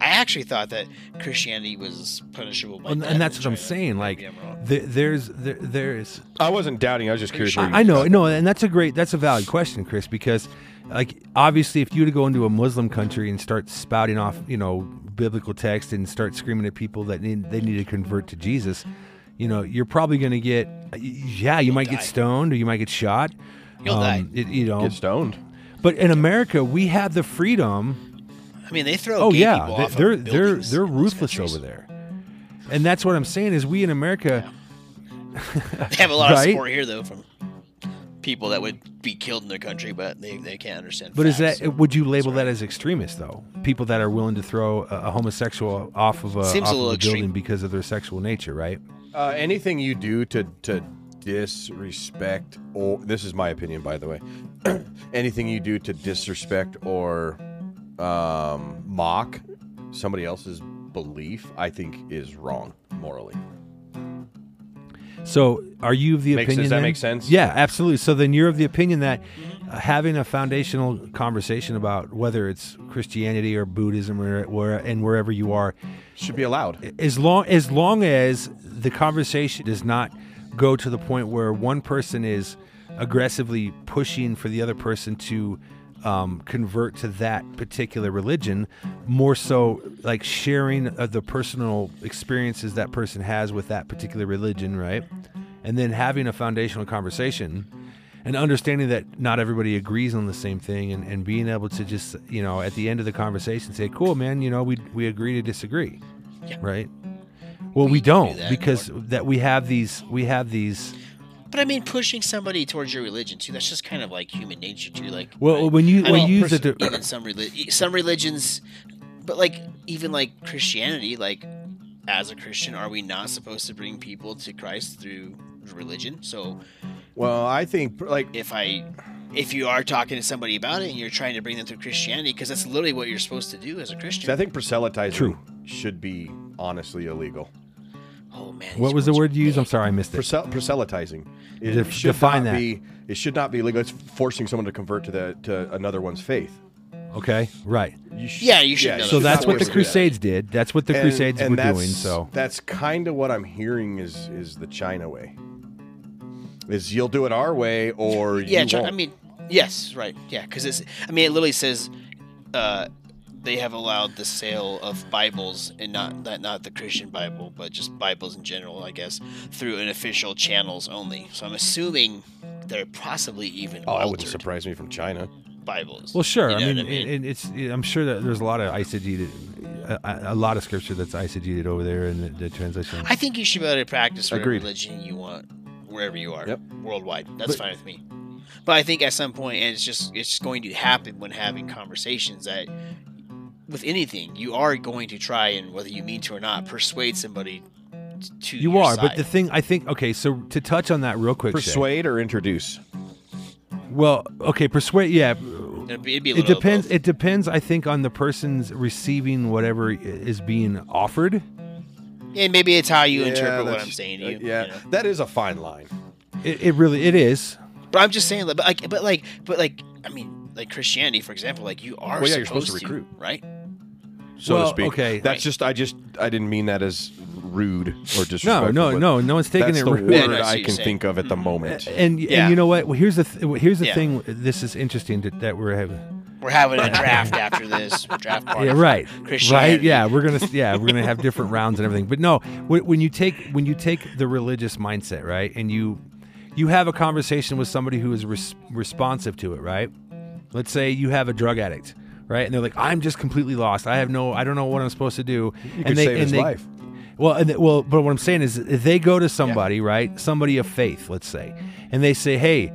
S3: I actually thought that Christianity was punishable by
S1: and,
S3: death
S1: and that's
S3: in
S1: what I'm
S3: China.
S1: saying. Like
S3: Maybe I'm wrong.
S1: there, there's there, there's
S2: I wasn't doubting. I was just curious. where you-
S1: I, I know, no, and that's a great, that's a valid question, Chris, because like obviously, if you were to go into a Muslim country and start spouting off, you know, biblical text and start screaming at people that need, they need to convert to Jesus, you know, you're probably going to get, yeah, you might get
S3: die.
S1: stoned or you might get shot. Um,
S3: You'll die.
S1: It, you know,
S2: Get stoned.
S1: but in America, we have the freedom
S3: I mean, they throw.
S1: oh
S3: gay
S1: yeah
S3: people
S1: They-
S3: off of
S1: they're they're
S3: buildings
S1: they're
S3: in these
S1: ruthless
S3: countries.
S1: over there and that's what i'm saying is we in america
S3: They have a lot
S1: Right?
S3: of support here though from people that would be killed in their country, but they, they can't understand.
S1: but is
S3: facts.
S1: that would you label that as extremist though people that are willing to throw a, a homosexual off of a, off of
S3: Seems a
S1: a
S3: little
S1: building
S3: extreme.
S1: because of their sexual nature right
S2: Uh, anything you do to to disrespect or this is my opinion by the way. anything you do to disrespect or um, mock somebody else's belief, I think is wrong morally.
S1: so are you of the
S2: Makes-
S1: opinion
S2: does that
S1: then-
S2: make sense?
S1: yeah absolutely so then you're of the opinion that uh, having a foundational conversation about whether it's christianity or buddhism or where and wherever you are
S2: Should be allowed.
S1: as long as long as the conversation does not go to the point where one person is aggressively pushing for the other person to um, convert to that particular religion, more so like uh, sharing of the personal experiences that person has with that particular religion, right? and then having a foundational conversation and understanding that not everybody agrees on the same thing and, and being able to just you know at the end of the conversation say cool man you know we we agree to disagree
S3: Yeah.
S1: right well we,
S3: We don't do
S1: don't
S3: that
S1: because that we have these we have these
S3: But I mean, pushing somebody towards your religion too—that's just kind of like human nature too. Like,
S1: well
S3: right?
S1: when you
S3: I
S1: when
S3: mean,
S1: you use it
S3: even some reli- e, some religions, but like even like Christianity, like as a Christian, are we not supposed to bring people to Christ through religion? So
S2: Well, I think like
S3: if I if you are talking to somebody about it and you're trying to bring them through Christianity, because that's literally what you're supposed to do as a Christian.
S2: I think proselytizing
S1: True.
S2: should be honestly illegal.
S3: oh man,
S1: what
S3: these
S1: was the
S3: words
S1: word
S3: are
S1: you used i'm
S3: big.
S1: sorry i missed it
S2: Prosel- proselytizing. It
S1: Def-
S2: should
S1: define
S2: not
S1: that.
S2: Be, it should not be legal. It's forcing someone to convert to the to another one's faith.
S1: okay right
S2: You sh-
S3: Yeah, you should know that.
S1: so
S3: It's
S1: that's
S3: not
S1: what the
S3: worth doing.
S1: crusades did that's what the
S2: And-
S1: crusades
S2: and
S1: were
S2: that's-
S1: doing so
S2: that's kind of what I'm hearing is is the China way. Is you'll do it our way or
S3: Yeah,
S2: you
S3: China,
S2: won't.
S3: I mean, yes, right. Yeah, because it's. I mean, it literally says uh, they have allowed the sale of Bibles and not not, not the Christian Bible, but just Bibles in general, I guess, through unofficial channels only. So I'm assuming they're possibly even
S2: oh, that wouldn't
S3: altered
S2: surprise me from China.
S3: Bibles.
S1: Well, sure.
S3: You know
S1: I mean,
S3: what
S1: And it's. I'm sure that there's a lot of eisegeted, a, a lot of scripture that's eisegeted over there in the, the translation.
S3: I think you should be able to practice whatever
S2: Agreed.
S3: religion you want, wherever you are,
S2: Yep.
S3: worldwide. That's fine with me. But I think at some point, and it's just it's just going to happen when having conversations that with anything, you are going to try and whether you mean to or not, persuade somebody t- to
S1: you
S3: your
S1: are, but
S3: side.
S1: the thing I think. Okay, so to touch on that real quick. Shay.
S2: Persuade or introduce.
S1: Well, okay, persuade. Yeah,
S3: It'd be- it'd be a
S1: it
S3: little of
S1: depends.
S3: both.
S1: It depends. I think on the person's receiving whatever i- is being offered.
S3: and maybe it's how you
S2: Yeah,
S3: interpret what
S2: that's-
S3: I'm saying
S2: uh,
S3: to you.
S2: yeah,
S3: you know?
S2: that is a fine line.
S1: It, it really. It is.
S3: but I'm just saying, like, but like, but like, but like, I mean, like Christianity, for example, like you are
S2: Well, yeah,
S3: supposed,
S2: you're supposed to recruit.
S3: right?
S2: so
S1: Well,
S2: to speak.
S1: okay.
S2: that's just I just I didn't mean that as rude or
S1: No,
S2: disrespectful.
S1: no,
S2: but
S1: no. No one's taking
S2: That's
S1: it.
S2: the
S1: rude.
S2: word
S3: Yeah, no, I see what
S2: I
S3: you're
S2: can
S3: saying. Mm-hmm.
S2: think of at the moment.
S1: And,
S3: Yeah.
S1: and you know what? Well, here's the th- here's the
S3: Yeah.
S1: thing. This is interesting that, that we're having.
S3: We're having a draft after this draft party.
S1: Yeah, right. Right.
S3: Christianity.
S1: Yeah, we're gonna yeah we're gonna have different rounds and everything. But no, when, when you take when you take the religious mindset, right, and you you have a conversation with somebody who is res- responsive to it, right? Let's say you have a drug addict, right, and they're like, "I'm just completely lost. I have no, I don't know what I'm supposed to do."
S2: You
S1: and
S2: could save his
S1: they,
S2: life.
S1: Well, and they, well, but what I'm saying is, if they go to somebody, right, somebody of faith, let's say, and they say, "Hey."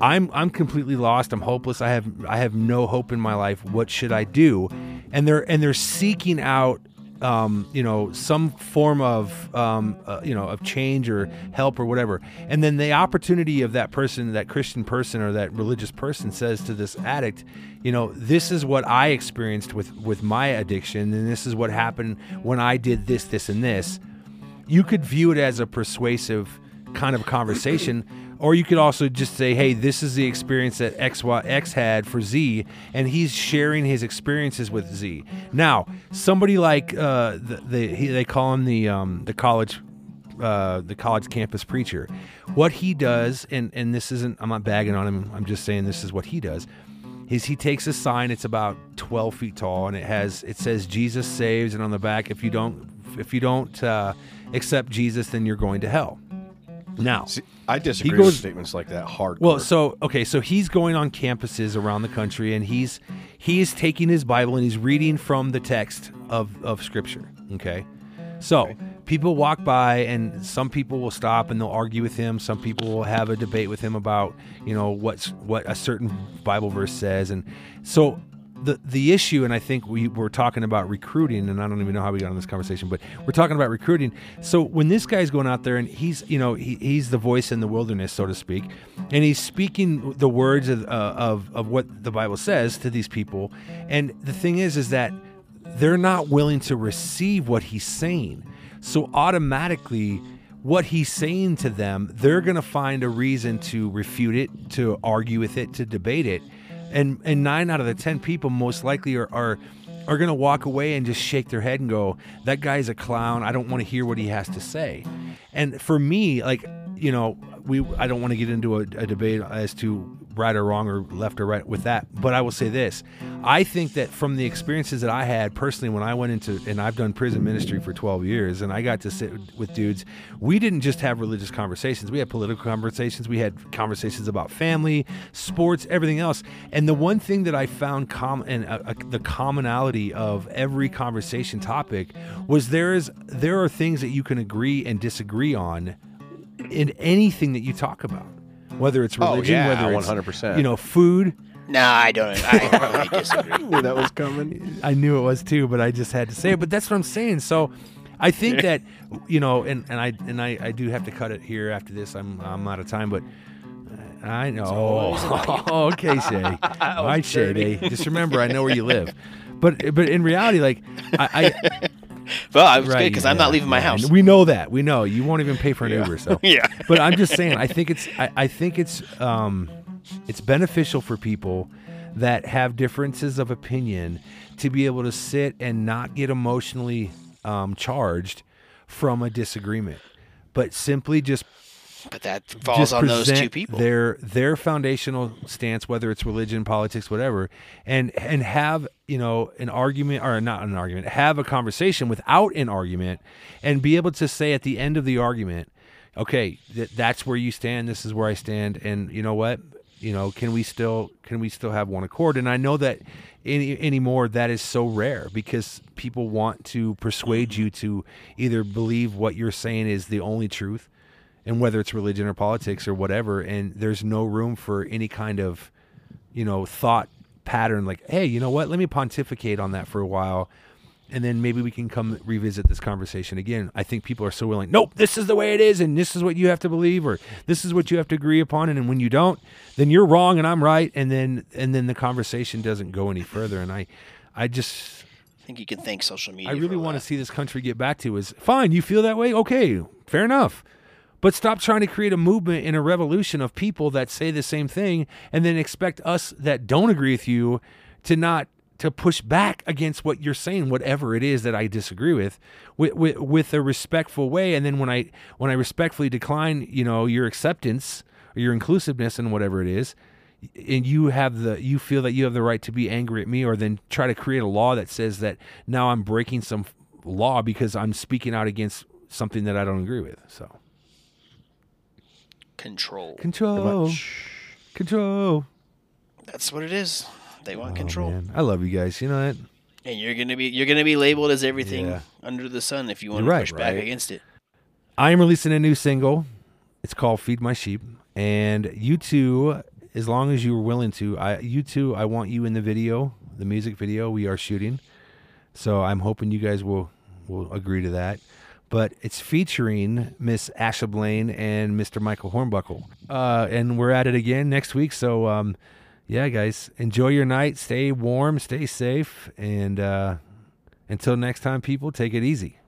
S1: I'm I'm completely lost. I'm hopeless. I have I have no hope in my life. What should I do? And they're and they're seeking out, um, you know, some form of um, uh, you know of change or help or whatever. And then the opportunity of that person, that Christian person or that religious person, says to this addict, you know, this is what I experienced with with my addiction, and this is what happened when I did this, this, and this you could view it as a persuasive kind of conversation or you could also just say hey this is the experience that X Y X had for z and he's sharing his experiences with z now somebody like uh, the, the he, they call him the um, the college uh, the college campus preacher what he does and and this isn't i'm not bagging on him i'm just saying this is what he does is he takes a sign it's about 12 feet tall and it has it says jesus saves and on the back if you don't if you don't uh, accept jesus then you're going to hell now
S2: See, I disagree
S1: goes-
S2: with statements like that hardcore.
S1: well so okay so he's going on campuses around the country and he's he is taking his bible and he's reading from the text of of scripture okay so people walk by and some people will stop and they'll argue with him some people will have a debate with him about you know what's what a certain bible verse says and so the the issue, and I think we were talking about recruiting, and I don't even know how we got on this conversation, but we're talking about recruiting. So when this guy's going out there and he's you know he, he's the voice in the wilderness, so to speak, and he's speaking the words of, uh, of of what the Bible says to these people, and the thing is, is that they're not willing to receive what he's saying. So automatically, what he's saying to them, they're going to find a reason to refute it, to argue with it, to debate it. And and 9 out of the 10 people most likely are are are going to walk away and just shake their head and go, that guy's a clown. I don't want to hear what he has to say. And for me, like, you know, we I don't want to get into a, a debate as to right or wrong or left or right with that. But I will say this: I think that from the experiences that I had personally when I went into and I've done prison ministry for 12 years, and I got to sit with dudes, we didn't just have religious conversations. We had political conversations. We had conversations about family, sports, everything else. And the one thing that I found common and uh, uh, the commonality of every conversation topic was there is there are things that you can agree and disagree on in anything that you talk about, whether it's
S2: Oh,
S1: religion,
S2: yeah,
S1: whether it's
S2: 100%.
S1: you know food.
S3: Nah, I don't. I totally disagree.
S2: knew that was coming.
S1: I knew it was too, but I just had to say it. But that's what I'm saying. So I think that you know, and, and I and I, I do have to cut it here after this. I'm I'm out of time, but I know. Oh, okay, Shay. All right, Shay. Just remember, I know where you live. But but in reality, like I, I
S3: Well, I was good
S1: Right,
S3: because I'm not
S1: yeah,
S3: leaving my
S1: yeah.
S3: house.
S1: We know that. We know you won't even pay for an Uber. So
S3: Yeah.
S1: But I'm just saying. I think it's. I, I think it's. Um, it's beneficial for people that have differences of opinion to be able to sit and not get emotionally um, charged from a disagreement, but simply just
S3: But that falls
S1: just
S3: on those two
S1: present
S3: people.
S1: Their their foundational stance, whether it's religion, politics, whatever, and and have you know an argument or not an argument, have a conversation without an argument, and be able to say at the end of the argument, okay, th- that's where you stand. This is where I stand, and you know what. You know, can we still can we still have one accord? And I know that any anymore that is so rare because people want to persuade you to either believe what you're saying is the only truth, and whether it's religion or politics or whatever and there's no room for any kind of you know thought pattern like hey you know what let me pontificate on that for a while and then maybe we can come revisit this conversation again i think people are so willing nope this is the way it is and this is what you have to believe or this is what you have to agree upon and, when you don't then you're wrong and i'm right and then and then the conversation doesn't go any further and i i just
S3: I think you can thank social media.
S1: I really want to
S3: to.
S1: see this country get back to is fine. You feel that way? Okay, fair enough. But stop trying to create a movement and a revolution of people that say the same thing and then expect us that don't agree with you to not to push back against what you're saying, whatever it is that I disagree with, with, with, with a respectful way. And then when I when I respectfully decline, you know, your acceptance or your inclusiveness and whatever it is, and you have the you feel that you have the right to be angry at me or then try to create a law that says that now I'm breaking some f- law because I'm speaking out against something that I don't agree with. So
S3: Control.
S1: control, control.
S3: That's what it is. They want
S1: Oh,
S3: control.
S1: man. I love you guys. You know that.
S3: And you're gonna be you're gonna be labeled as everything
S1: Yeah.
S3: under the sun if you want to
S1: You're right,
S3: push back
S1: right?
S3: against it.
S1: I am releasing a new single. It's called "Feed My Sheep," and you two, as long as you were willing to, I you two, I want you in the video, the music video we are shooting. So I'm hoping you guys will will agree to that. But it's featuring Miss Asha Blaine and Mr. Michael Hornbuckle, uh, and we're at it again next week. So um, yeah, guys, enjoy your night. Stay warm, stay safe, and uh, until next time, people, take it easy.